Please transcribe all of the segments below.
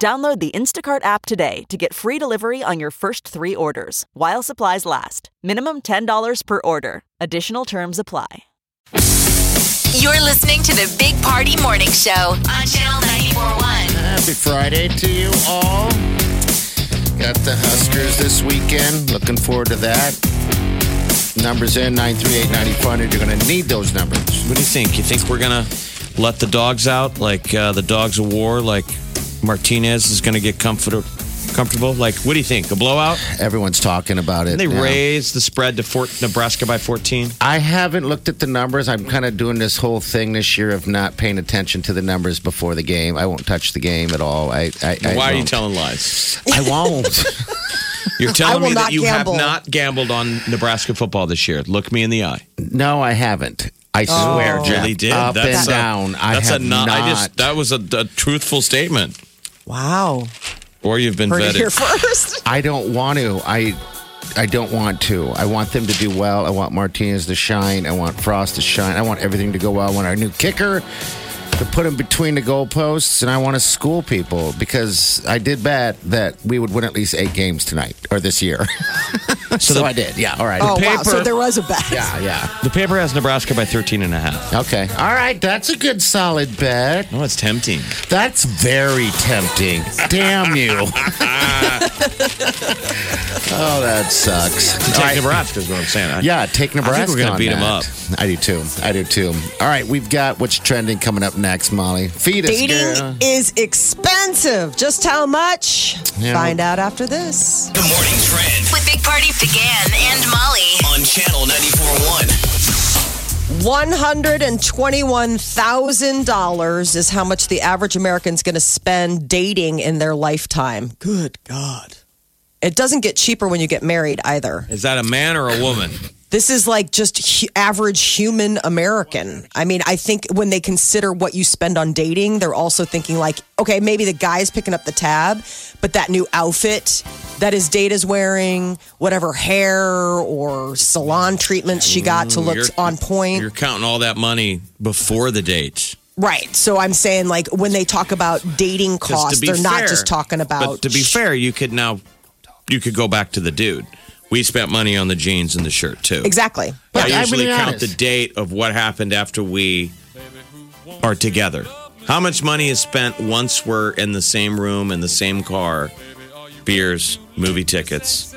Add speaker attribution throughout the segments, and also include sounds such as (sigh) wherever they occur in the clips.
Speaker 1: Download the Instacart app today to get free delivery on your first three orders while supplies last. Minimum $10 per order. Additional terms apply.
Speaker 2: You're listening to the Big Party Morning Show on Channel 941.
Speaker 3: Happy Friday to you all. Got the Huskers this weekend. Looking forward to that. Numbers in 938 You're going to need those numbers.
Speaker 4: What do you think? You think we're gonna let the dogs out, like uh, the dogs of war, like Martinez is gonna get comfort- comfortable? Like, what do you think? A blowout?
Speaker 3: Everyone's talking about it.
Speaker 4: They
Speaker 3: now.
Speaker 4: raise the spread to Fort Nebraska by 14.
Speaker 3: I haven't looked at the numbers. I'm kind of doing this whole thing this year of not paying attention to the numbers before the game. I won't touch the game at all. I, I, I
Speaker 4: Why are you
Speaker 3: won't.
Speaker 4: telling (laughs) lies?
Speaker 3: I won't.
Speaker 4: You're
Speaker 5: I
Speaker 4: telling
Speaker 5: will
Speaker 4: me that
Speaker 5: not
Speaker 4: you
Speaker 5: gamble.
Speaker 4: have not gambled on Nebraska football this year. Look me in the eye.
Speaker 3: no, I haven't. I swear,
Speaker 4: You
Speaker 3: Jeff.
Speaker 4: Oh. really did.
Speaker 3: Up
Speaker 4: that's
Speaker 3: and down.
Speaker 4: A,
Speaker 3: I
Speaker 4: that's
Speaker 3: have
Speaker 4: a no-
Speaker 3: not.
Speaker 4: I just that was a, a truthful statement.
Speaker 5: Wow.
Speaker 4: Or you've been
Speaker 5: Heard it here
Speaker 4: vetted.
Speaker 5: first.
Speaker 3: I don't want to. I I don't want to. I want them to do well. I want Martinez to shine. I want Frost to shine. I want everything to go well. I want our new kicker to put him between the goalposts, and I want to school people because I did bet that we would win at least eight games tonight or this year. (laughs) so I did. Yeah. All right.
Speaker 5: (laughs) Oh, wow.
Speaker 4: paper-
Speaker 5: So there was a bet.
Speaker 3: Yeah. Yeah.
Speaker 4: The paper has Nebraska by 13 and a half.
Speaker 3: Okay. All right. That's a good solid bet.
Speaker 4: No, Oh, it's tempting.
Speaker 3: That's very tempting. Damn you. (laughs) oh, that sucks.
Speaker 4: To
Speaker 3: All
Speaker 4: take
Speaker 3: right.
Speaker 4: Nebraska is what I'm saying. I-
Speaker 3: Yeah, take Nebraska.
Speaker 4: I think we're gonna
Speaker 3: on
Speaker 4: beat 'em
Speaker 3: that. I do too. I do too. All right, we've got what's trending coming up next, Molly. Feed us,
Speaker 5: (laughs) Dating
Speaker 3: girl.
Speaker 5: is expensive. Just how much?
Speaker 3: Yeah.
Speaker 5: Find out after this.
Speaker 6: The morning trend
Speaker 2: With Big Party began and Molly.
Speaker 6: on channel 94.1.
Speaker 5: $121,000 is how much the average American's going to spend dating in their lifetime. Good God. It doesn't get cheaper when you get married either.
Speaker 4: Is that a man or a woman?
Speaker 5: This is like just hu- average human American. I mean, I think when they consider what you spend on dating, they're also thinking like, okay, maybe the guy's picking up the tab, but that new outfit that his date is wearing, whatever hair or salon treatments she got to look
Speaker 4: You're-
Speaker 5: on point.
Speaker 4: You're counting all that money before the date.
Speaker 5: Right. So I'm saying, like, when they talk about dating
Speaker 4: 'Cause
Speaker 5: costs,
Speaker 4: to be
Speaker 5: they're not
Speaker 4: fair-
Speaker 5: just talking about.
Speaker 4: But to be fair, you could now, you could go back to the dude. We spent money on the jeans and the shirt too.
Speaker 5: Exactly.
Speaker 3: But
Speaker 4: I
Speaker 3: I'm
Speaker 4: usually
Speaker 3: being
Speaker 4: count the
Speaker 3: honest.
Speaker 4: date of what happened after we are together. How much money is spent once we're in the same room in the same car? Beers, movie tickets,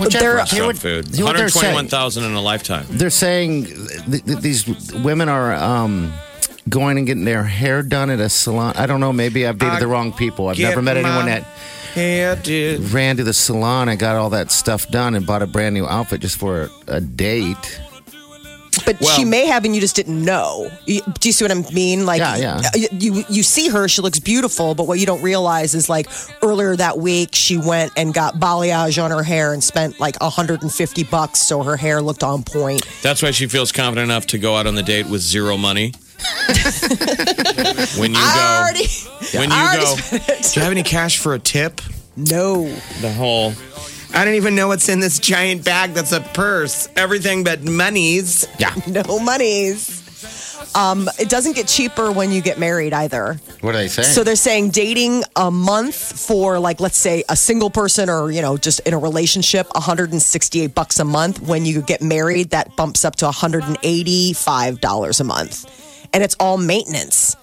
Speaker 3: Well, Jeff,
Speaker 5: They're-
Speaker 3: you know
Speaker 4: restaurant
Speaker 3: what- you
Speaker 4: food.
Speaker 3: know
Speaker 4: One
Speaker 3: what
Speaker 4: hundred
Speaker 3: they're
Speaker 4: twenty-one
Speaker 3: saying?
Speaker 4: thousand in a lifetime.
Speaker 3: They're saying th- th- these women are um, going and getting their hair done at a salon. I don't know. Maybe I've dated the wrong people. I've never met anyone that ran to the salon and got all that stuff done and bought a brand new outfit just for a date.
Speaker 5: But
Speaker 4: Well-
Speaker 5: she may have, and you just didn't know. You- Do you see what I mean? Like, uh,
Speaker 3: Yeah, yeah.
Speaker 5: You you see her, she looks beautiful, but what you don't realize is like earlier that week she went and got balayage on her hair and spent like 150 bucks so her hair looked on point.
Speaker 4: That's why she feels confident enough to go out on the date with zero
Speaker 5: (laughs)
Speaker 4: money. when you
Speaker 5: I
Speaker 4: go,
Speaker 5: already
Speaker 4: when
Speaker 5: I
Speaker 4: you
Speaker 5: already
Speaker 4: go,
Speaker 5: spent it.
Speaker 4: do you have any cash for a tip?
Speaker 5: no.
Speaker 4: The whole. I don't even know what's in this giant bag that's a purse. Everything but monies.
Speaker 3: Yeah.
Speaker 5: No monies. Um, it doesn't get cheaper when you get married either.
Speaker 3: What are they saying?
Speaker 5: So they're saying dating a month for like let's say a single person or you know just in a relationship 168 bucks a month when you get married that bumps up to 185 dollars a month and it's all maintenance.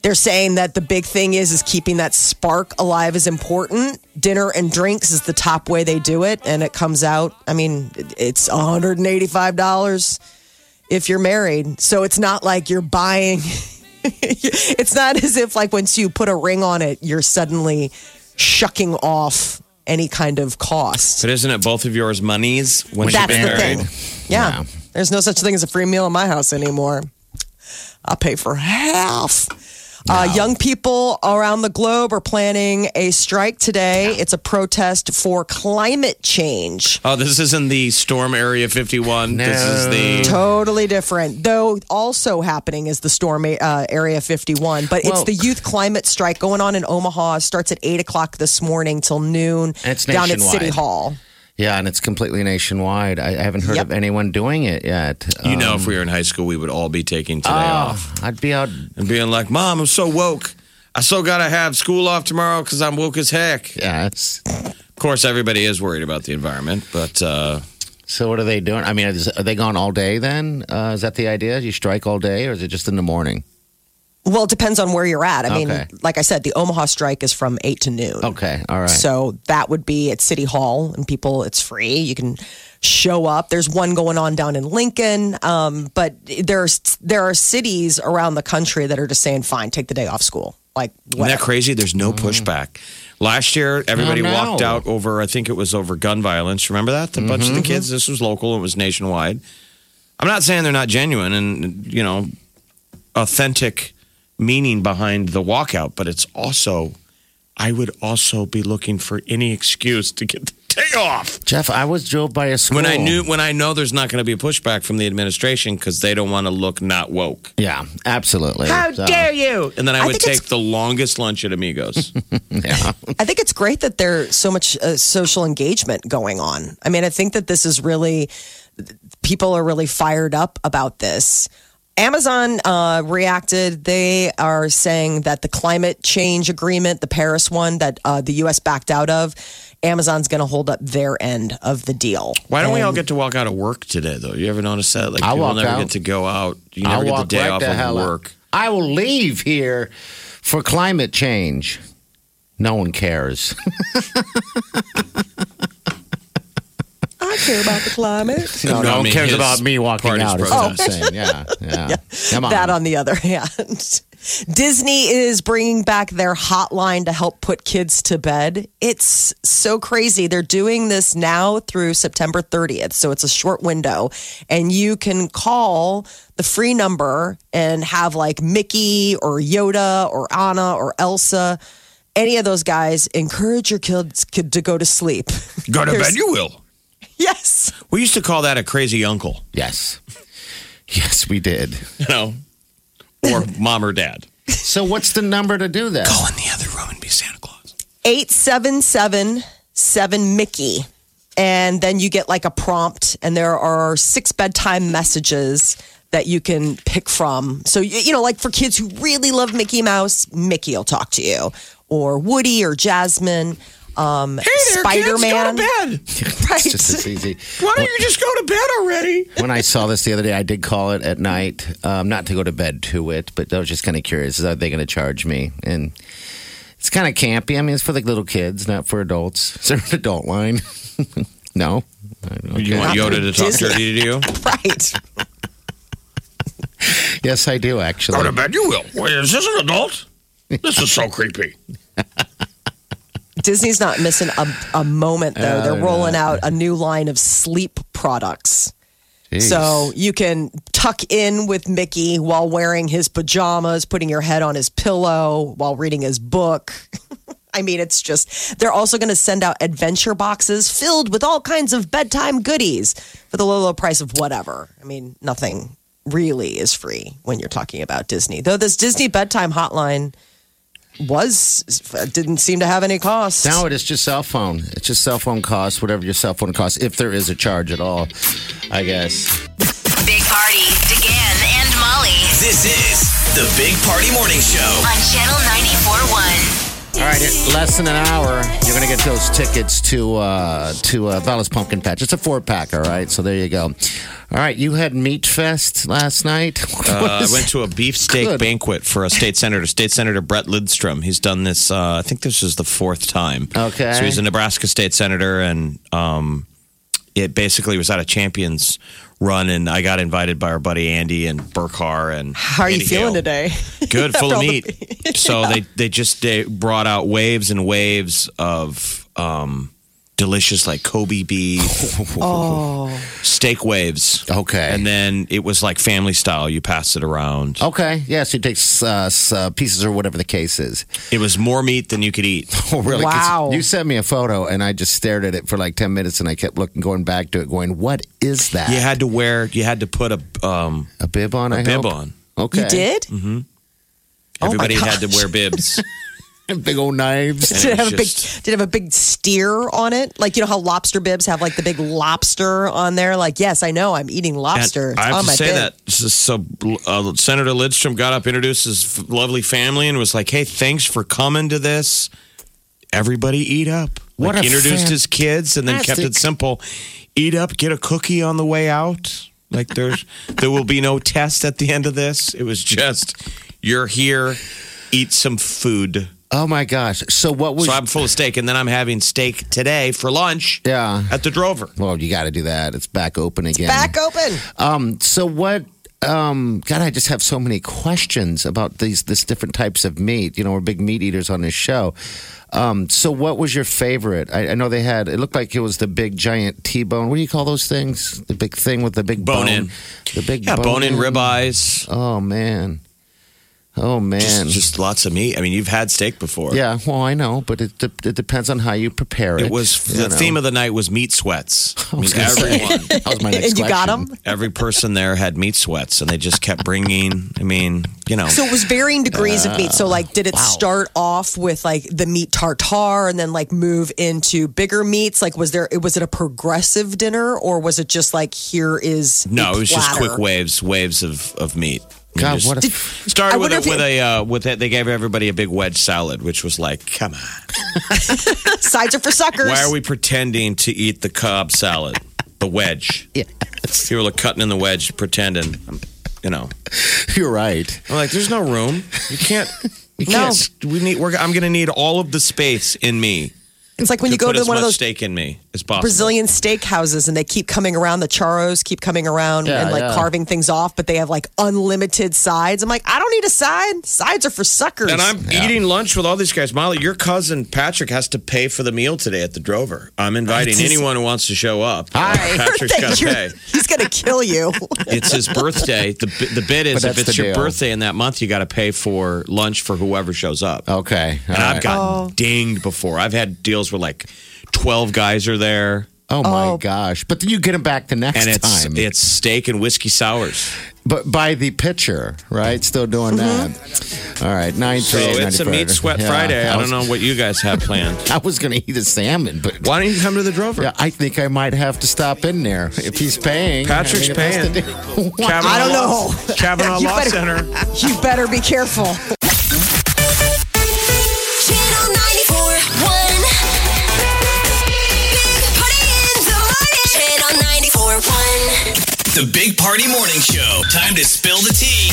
Speaker 5: They're saying that the big thing is is keeping that spark alive is important. Dinner and drinks is the top way they do it and it comes out I mean it- it's 185 dollars if you're married. So it's not like you're buying (laughs) it's not as if like once you put a ring on it, you're suddenly shucking off any kind of cost.
Speaker 4: But isn't it both of yours monies when
Speaker 5: That's
Speaker 4: you
Speaker 5: the
Speaker 4: get married?
Speaker 5: thing. Yeah. There's no such thing as a free meal in my house anymore. I'll pay for half. Uh, young people around the globe are planning a strike today. It's a protest for climate change.
Speaker 4: Oh, this isn't the storm area 51. This is
Speaker 3: Mm.
Speaker 4: the.
Speaker 5: Totally different, though. Also happening is the storm uh, area 51, but it's
Speaker 3: Well-
Speaker 5: the youth climate strike going on in Omaha. Starts at eight o'clock this morning till noon
Speaker 3: And it's
Speaker 5: down at City
Speaker 3: nationwide.
Speaker 5: Hall.
Speaker 3: Yeah, and it's completely nationwide. I, I haven't heard
Speaker 5: Yep.
Speaker 3: of anyone doing it yet.
Speaker 4: You
Speaker 3: Um,
Speaker 4: know, if we were in high school, we would all be taking today off
Speaker 3: oh, I'd be out.
Speaker 4: and being like, Mom, I'm so woke. I still got to have school off tomorrow because I'm woke as heck.
Speaker 3: Yeah. It's,
Speaker 4: Of course, everybody is worried about the environment, but uh,
Speaker 3: so what are they doing? I mean, is, are they gone all day then? Uh, is that the idea? You strike all day, or is it just in the morning?
Speaker 5: Well, it depends on where you're at. I
Speaker 3: Okay.
Speaker 5: mean, like I said, the Omaha strike is from eight to noon.
Speaker 3: Okay. All right.
Speaker 5: So that would be at City Hall, and people, it's free. You can show up. There's one going on down in Lincoln, um, but there's there are cities around the country that are just saying, "Fine, take the day off school." Like
Speaker 4: isn't that
Speaker 5: whatever.
Speaker 4: crazy? There's no pushback. Last year, everybody
Speaker 3: no.
Speaker 4: walked out over, I think it was over gun violence. Remember that? A bunch of the kids. This was local, it was nationwide. I'm not saying they're not genuine and, you know, authentic meaning behind the walkout, but it's also, I would also be looking for any excuse to get the day off.
Speaker 3: Jeff, I was drove by a school.
Speaker 4: When I knew, when I know there's not going to be a pushback from the administration because they don't want to look not woke.
Speaker 3: Yeah, absolutely. So-
Speaker 4: you? And then I,
Speaker 5: I
Speaker 4: would
Speaker 5: think it's-
Speaker 4: take the longest lunch
Speaker 3: (laughs)
Speaker 4: at Amigos.
Speaker 5: I think it's great that there's so much uh, social engagement going on. I mean, I think that this is really people are really fired up about this. Amazon uh, reacted. They are saying that the climate change agreement, the Paris one that uh, the U.S. backed out of, Amazon's going to hold up their end of the deal.
Speaker 4: Why don't we all
Speaker 5: And-
Speaker 4: get to walk out of work today, though? You ever notice that? Like,
Speaker 3: I'll
Speaker 4: people
Speaker 3: walk
Speaker 4: never
Speaker 3: out.
Speaker 4: get to go out. You
Speaker 3: I'll
Speaker 4: never get the
Speaker 3: walk
Speaker 4: day
Speaker 3: right
Speaker 4: off
Speaker 3: the
Speaker 4: of
Speaker 3: hell out.
Speaker 4: work.
Speaker 3: I will leave here for climate change. No one cares. (laughs)
Speaker 5: I care about the climate.
Speaker 3: No,
Speaker 4: No,
Speaker 3: no
Speaker 4: I
Speaker 3: one
Speaker 4: mean,
Speaker 3: cares
Speaker 4: his
Speaker 3: about me walking
Speaker 4: party's
Speaker 3: out. Is what I'm saying.
Speaker 4: (laughs)
Speaker 3: Yeah, yeah. Come on.
Speaker 5: That, on the other (laughs) hand, Disney is bringing back their hotline to help put kids to bed. It's so crazy. They're doing this now through September 30th. So it's a short window. And you can call the free number and have like Mickey or Yoda or Anna or Elsa. Any of those guys encourage your kids kid to go to sleep. (laughs)
Speaker 4: Go to
Speaker 5: There's-
Speaker 4: bed, you will.
Speaker 5: Yes.
Speaker 4: We used to call that a crazy uncle,
Speaker 3: yes, yes, we did.
Speaker 4: you know,
Speaker 3: (laughs)
Speaker 4: or mom or dad.
Speaker 3: So, what's the number to do
Speaker 4: (laughs)
Speaker 3: that?
Speaker 4: Oh, in the other room and be Santa Claus.
Speaker 5: 877 7 Mickey. And then you get like a prompt, and there are six bedtime messages that you can pick from. So, you, you know, like for kids who really love Mickey Mouse, Mickey will talk to you, or Woody or Jasmine, um, Spider
Speaker 3: (laughs)
Speaker 5: Man.
Speaker 3: It's just as easy.
Speaker 4: Why don't you just go to bed already?
Speaker 3: When I saw this the other day, I did call it at night, um, not to go to bed to it, but I was just kind of curious: are they going to charge me? And it's kind of campy. I mean, it's for like little kids, not for adults. (laughs) Is there an adult line? (laughs) no.
Speaker 4: You want Yoda to talk dirty to you?
Speaker 5: (laughs) Right.
Speaker 3: Yes, I do actually.
Speaker 4: bed, you will. Wait, is this an adult? This is so creepy.
Speaker 5: Disney's not missing a, a moment, though. they're rolling out a new line of sleep products.
Speaker 3: Jeez.
Speaker 5: So you can tuck in with Mickey while wearing his pajamas, putting your head on his pillow while reading his book. (laughs) I mean, it's just, they're also going to send out adventure boxes filled with all kinds of bedtime goodies for the low, low price of whatever. I mean, nothing really is free when you're talking about Disney. Though this Disney bedtime hotline was, didn't seem to have any cost.
Speaker 3: Now it is just cell phone. It's just cell phone costs, whatever your cell phone costs, if there is a charge at all, I guess.
Speaker 2: Big Party, DeGan and Molly
Speaker 6: This is the Big Party Morning Show.
Speaker 2: on Channel 94.1.
Speaker 3: All right, in less than an hour, you're going to get those tickets to uh, to uh, Bella's Pumpkin Patch. It's a four pack, all right? So there you go. All right, you had Meat Fest last night. (laughs)
Speaker 4: Uh, I went to a beefsteak
Speaker 3: Good.
Speaker 4: banquet for a state senator, State Senator Brett Lidstrom. He's done this. Uh, I think this is the fourth time.
Speaker 3: Okay.
Speaker 4: so he's a Nebraska state senator, and um, it basically was at a champions run, and I got invited by our buddy Andy and Burkhar. And
Speaker 5: How are you
Speaker 4: Andy
Speaker 5: feeling
Speaker 4: Hale.
Speaker 5: today?
Speaker 4: Good, full of
Speaker 5: After (laughs) all the-
Speaker 4: meat. So they they just they brought out waves and waves of um, delicious like Kobe beef, steak waves.
Speaker 3: Okay.
Speaker 4: And then it was like family style. You pass it around.
Speaker 3: Okay. Yeah. So you take uh, s- uh, pieces or whatever the case is.
Speaker 4: It was more meat than you could eat.
Speaker 3: Oh, really? 'Cause
Speaker 5: Wow.
Speaker 3: You sent me a photo and I just stared at it for like 10 minutes and I kept looking, going back to it, going, what is that?
Speaker 4: You had to wear, you had to put a um,
Speaker 3: A bib on, I
Speaker 4: bib
Speaker 3: hope?
Speaker 4: on.
Speaker 3: Okay.
Speaker 5: You did? Oh, my
Speaker 4: Everybody had to
Speaker 5: gosh.
Speaker 4: wear bibs.
Speaker 3: (laughs) Big old knives.
Speaker 4: was
Speaker 5: Did it have a big?
Speaker 4: just-
Speaker 5: Did it have a big steer on it? Like you know how lobster bibs have like the big lobster on there. Like yes, I know I'm eating lobster.
Speaker 4: And I
Speaker 5: It's
Speaker 4: have to
Speaker 5: on Oh, my
Speaker 4: say
Speaker 5: bib.
Speaker 4: that. So, so, uh, Senator Lidstrom got up, introduced his f- lovely family, and was like, "Hey, thanks for coming to this. Everybody, eat up."
Speaker 3: What
Speaker 4: like,
Speaker 3: a
Speaker 4: introduced his kids and then kept
Speaker 3: fantastic-
Speaker 4: it simple. Eat up, get a cookie on the way out. Like there's, (laughs) there will be no test at the end of this. It was just, you're here, eat some food.
Speaker 3: Oh my gosh. So what was.
Speaker 4: So I'm full of steak, and then I'm having steak today for lunch
Speaker 3: yeah.
Speaker 4: at the Drover.
Speaker 3: Well, you got to do that. It's back open again.
Speaker 5: Back open.
Speaker 3: Um, so what? Um, God, I just have so many questions about these this different types of meat. You know, we're big meat eaters on this show. Um, so what was your favorite? I, I know they had. It looked like it was the big giant T-bone. What do you call those things? The big thing with the big bone,
Speaker 4: Bone in.
Speaker 3: the big
Speaker 4: Yeah, bone in ribeyes.
Speaker 3: Oh man, oh man.
Speaker 4: Just, just lots of meat. I mean, you've had steak before.
Speaker 3: yeah, well, I know, but it, de- it depends on how you prepare it.
Speaker 4: It was the theme of the night was
Speaker 3: (laughs)
Speaker 4: meat sweats. I mean, everyone,
Speaker 3: that was my next
Speaker 5: And you got
Speaker 3: question.
Speaker 5: 'em?
Speaker 4: every person there had meat sweats, and they just kept bringing. I mean, you know,
Speaker 5: So it was varying degrees of meat. So
Speaker 3: Uh,
Speaker 5: like, did it start off with like the meat tartare, and then like move into bigger meats? Like, was there? Was it a progressive dinner, or was it just like here is a
Speaker 4: no, it was just
Speaker 5: platter?
Speaker 4: quick waves, waves of of meat. I mean,
Speaker 3: God,
Speaker 4: just-
Speaker 3: what a
Speaker 4: Started
Speaker 5: I
Speaker 4: with
Speaker 5: wonder
Speaker 4: a,
Speaker 5: if
Speaker 4: with
Speaker 5: it-
Speaker 4: a uh, with that they gave everybody a big wedge salad, which was like, come on,
Speaker 5: (laughs) Sides are for suckers.
Speaker 4: why are we pretending to eat the cob salad, the wedge?
Speaker 3: Yeah.
Speaker 4: People are cutting in the wedge, pretending, you know.
Speaker 3: (laughs) you're right.
Speaker 4: I'm like, there's no room. You can't. You
Speaker 5: No.
Speaker 4: can't. We need. We're, I'm going to need all of the space in me.
Speaker 5: It's like when you go
Speaker 4: put
Speaker 5: to
Speaker 4: as
Speaker 5: one of
Speaker 4: much
Speaker 5: those
Speaker 4: steak in me as possible.
Speaker 5: Brazilian steakhouses and they keep coming around. The charros keep coming around
Speaker 3: Yeah,
Speaker 5: and like
Speaker 3: yeah.
Speaker 5: carving things off, but they have like unlimited sides. I'm like, I don't need a side. Sides are for suckers.
Speaker 4: And
Speaker 5: (laughs)
Speaker 4: I'm eating lunch with all these guys. Molly, your cousin Patrick has to pay for the meal today at the Drover. I'm inviting
Speaker 5: That's-
Speaker 4: anyone who wants to show up.
Speaker 3: Hi.
Speaker 5: (laughs)
Speaker 4: Patrick's got to
Speaker 5: You're-
Speaker 4: pay.
Speaker 5: He's gonna kill you. (laughs)
Speaker 4: It's his birthday. The bi- the bit is
Speaker 3: But
Speaker 4: if
Speaker 3: that's
Speaker 4: it's
Speaker 3: the
Speaker 4: your
Speaker 3: deal.
Speaker 4: birthday in that month, you got to pay for lunch for whoever shows up.
Speaker 5: Oh,
Speaker 3: Okay,
Speaker 4: and
Speaker 3: all
Speaker 4: I've
Speaker 3: right.
Speaker 4: gotten dinged before. I've had deals where like twelve guys are there.
Speaker 3: Oh my
Speaker 5: Oh.
Speaker 3: gosh! But then you get them back the next
Speaker 4: and it's
Speaker 3: time.
Speaker 4: it's steak and whiskey sours.
Speaker 3: but by the pitcher, right? Still doing
Speaker 5: Mm-hmm.
Speaker 3: that. All right, nine
Speaker 4: So
Speaker 3: three.
Speaker 4: it's a meat sweat Friday. I don't know what you guys have planned.
Speaker 3: (laughs) I was going to eat a salmon, but
Speaker 4: Why don't you come to the Drover?
Speaker 3: yeah, I think I might have to stop in there if he's paying.
Speaker 4: Patrick's
Speaker 3: I mean, if (laughs) that's the-
Speaker 4: Kavanaugh
Speaker 5: I don't
Speaker 4: Law-
Speaker 5: know.
Speaker 4: Kavanaugh
Speaker 5: (laughs) You
Speaker 4: Law
Speaker 5: better-
Speaker 4: Center.
Speaker 5: you better be careful.
Speaker 2: Channel 94.1. Big Party in the morning. Channel 94.1.
Speaker 6: The Big Party Morning Show. Time to spill the tea.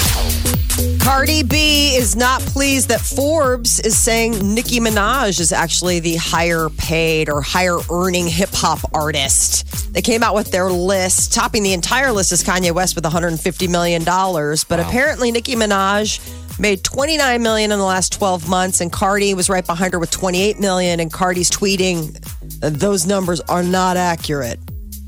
Speaker 5: Cardi B is not pleased that Forbes is saying Nicki Minaj is actually the higher paid or higher earning hip hop artist. They came out with their list. Topping the entire list is Kanye West with $150 million. But apparently, Nicki Minaj made 29 million in the last 12 months and Cardi was right behind her with 28 million and Cardi's tweeting those numbers are not accurate.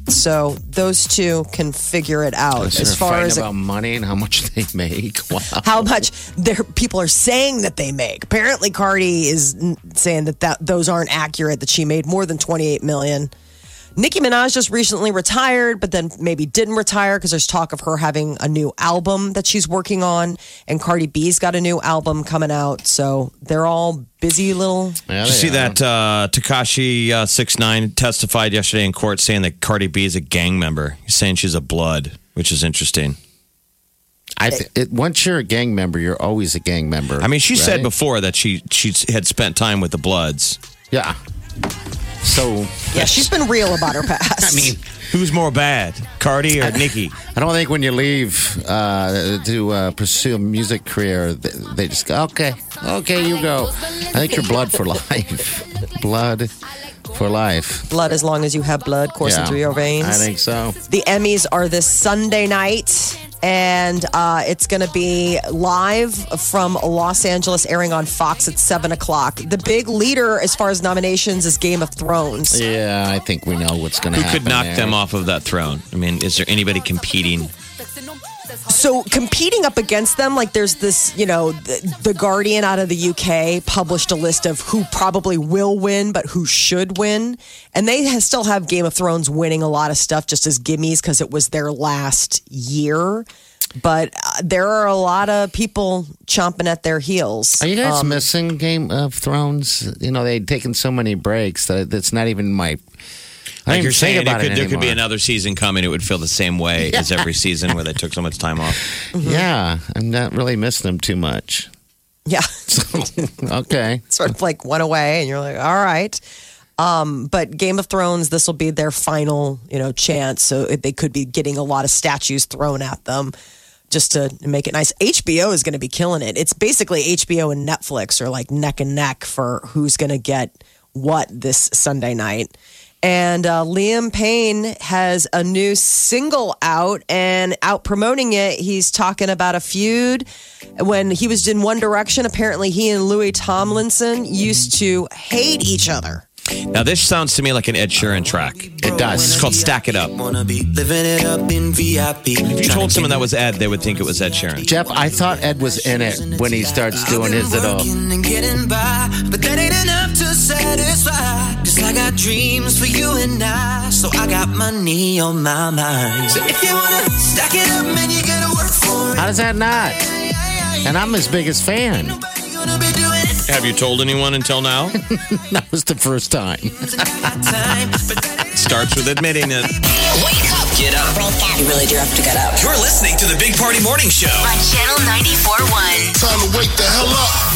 Speaker 5: So those two can figure it out
Speaker 3: They're
Speaker 5: as far
Speaker 3: fighting
Speaker 5: as
Speaker 3: about money and how
Speaker 4: (laughs)
Speaker 3: much they make. Wow.
Speaker 5: how much their people are saying that they make. Apparently, Cardi is n- saying that, that those aren't accurate. That she made more than twenty eight million. Nicki Minaj just recently retired, but then maybe didn't retire because there's talk of her having a new album that she's working on, and Cardi B's got a new album coming out. So they're all busy little.
Speaker 3: Yeah,
Speaker 4: Did you
Speaker 3: they
Speaker 4: see
Speaker 3: are.
Speaker 4: that uh, Takashi uh, six nine testified yesterday in court saying that Cardi B is a gang member. He's saying she's a blood, which is interesting.
Speaker 3: I th- it, once you're a gang member, you're always a gang member.
Speaker 4: I mean, she said
Speaker 3: right?
Speaker 4: before that she she had spent time with the Bloods.
Speaker 3: yeah. So
Speaker 5: Yeah, she's been real about her past. (laughs) I mean,
Speaker 4: Who's more bad, Cardi
Speaker 3: (laughs)
Speaker 4: or Nicki?
Speaker 3: I don't think when you leave uh, to uh, pursue a music career, th- they just go, okay, okay, you go. I think you're blood for (laughs) life. blood for life.
Speaker 5: blood as long as you have blood coursing
Speaker 3: Yeah.
Speaker 5: through your veins.
Speaker 3: I think so.
Speaker 5: The Emmys are this Sunday night. and uh, it's going to be live from Los Angeles, airing on Fox at seven o'clock. The big leader as far as nominations is Game of Thrones.
Speaker 3: Yeah, I think we know what's going to
Speaker 4: Who
Speaker 3: happen.
Speaker 4: could knock
Speaker 3: there.
Speaker 4: them off of that throne? I mean, is there anybody competing?
Speaker 5: So competing up against them, like there's this, you know, the, the Guardian out of the UK published a list of who probably will win, but who should win, and they ha still have Game of Thrones winning a lot of stuff just as gimmies because it was their last year. But uh, there are a lot of people chomping at their heels. Um,
Speaker 3: Are you guys missing Game of Thrones? You know, they'd taken so many breaks that it's not even my. I don't
Speaker 4: Like
Speaker 3: even
Speaker 4: you're
Speaker 3: think
Speaker 4: saying, it
Speaker 3: about
Speaker 4: could,
Speaker 3: it
Speaker 4: there could be
Speaker 3: anymore.
Speaker 4: another season coming. It would feel the same (laughs) way as every season where they took so much time off.
Speaker 3: Yeah, I'm not really missing them too much. (laughs)
Speaker 5: Yeah. (laughs)
Speaker 3: Okay.
Speaker 5: sort of like went away and you're like all right um, but game of thrones this will be their final you know chance so it- they could be getting a lot of statues thrown at them just to make it nice hbo is going to be killing it it's basically hbo and netflix are like neck and neck for who's going to get what this sunday night and uh, liam payne has a new single out and out promoting it he's talking about a feud when he was in one direction apparently he and louis tomlinson used to hate each other
Speaker 4: Now, this sounds to me like an Ed Sheeran track.
Speaker 3: It does.
Speaker 4: It's called Stack It Up.
Speaker 6: Wanna be living it up in VIP.
Speaker 4: If you told someone that was Ed, they would think it was Ed Sheeran.
Speaker 3: Jeff, I thought Ed was in it when he starts doing his at all.
Speaker 6: And getting by, but that ain't enough to satisfy. Cause I got dreams for you and I, so I got money on my mind. So if you wanna stack it up, man, you gotta work for it.
Speaker 3: How does that not?
Speaker 6: Yeah, yeah, yeah.
Speaker 3: And I'm his biggest fan. (laughs)
Speaker 6: Nobody gonna be doing it.
Speaker 4: Have you told anyone until now?
Speaker 3: That was the first time.
Speaker 6: Got time, but that ain't
Speaker 4: (laughs) Starts with admitting it.
Speaker 2: Wake up
Speaker 6: Get up.
Speaker 7: You really do have to get up.
Speaker 6: You're listening to the Big Party Morning Show.
Speaker 2: on Channel 94.1.
Speaker 8: Time to wake the hell up.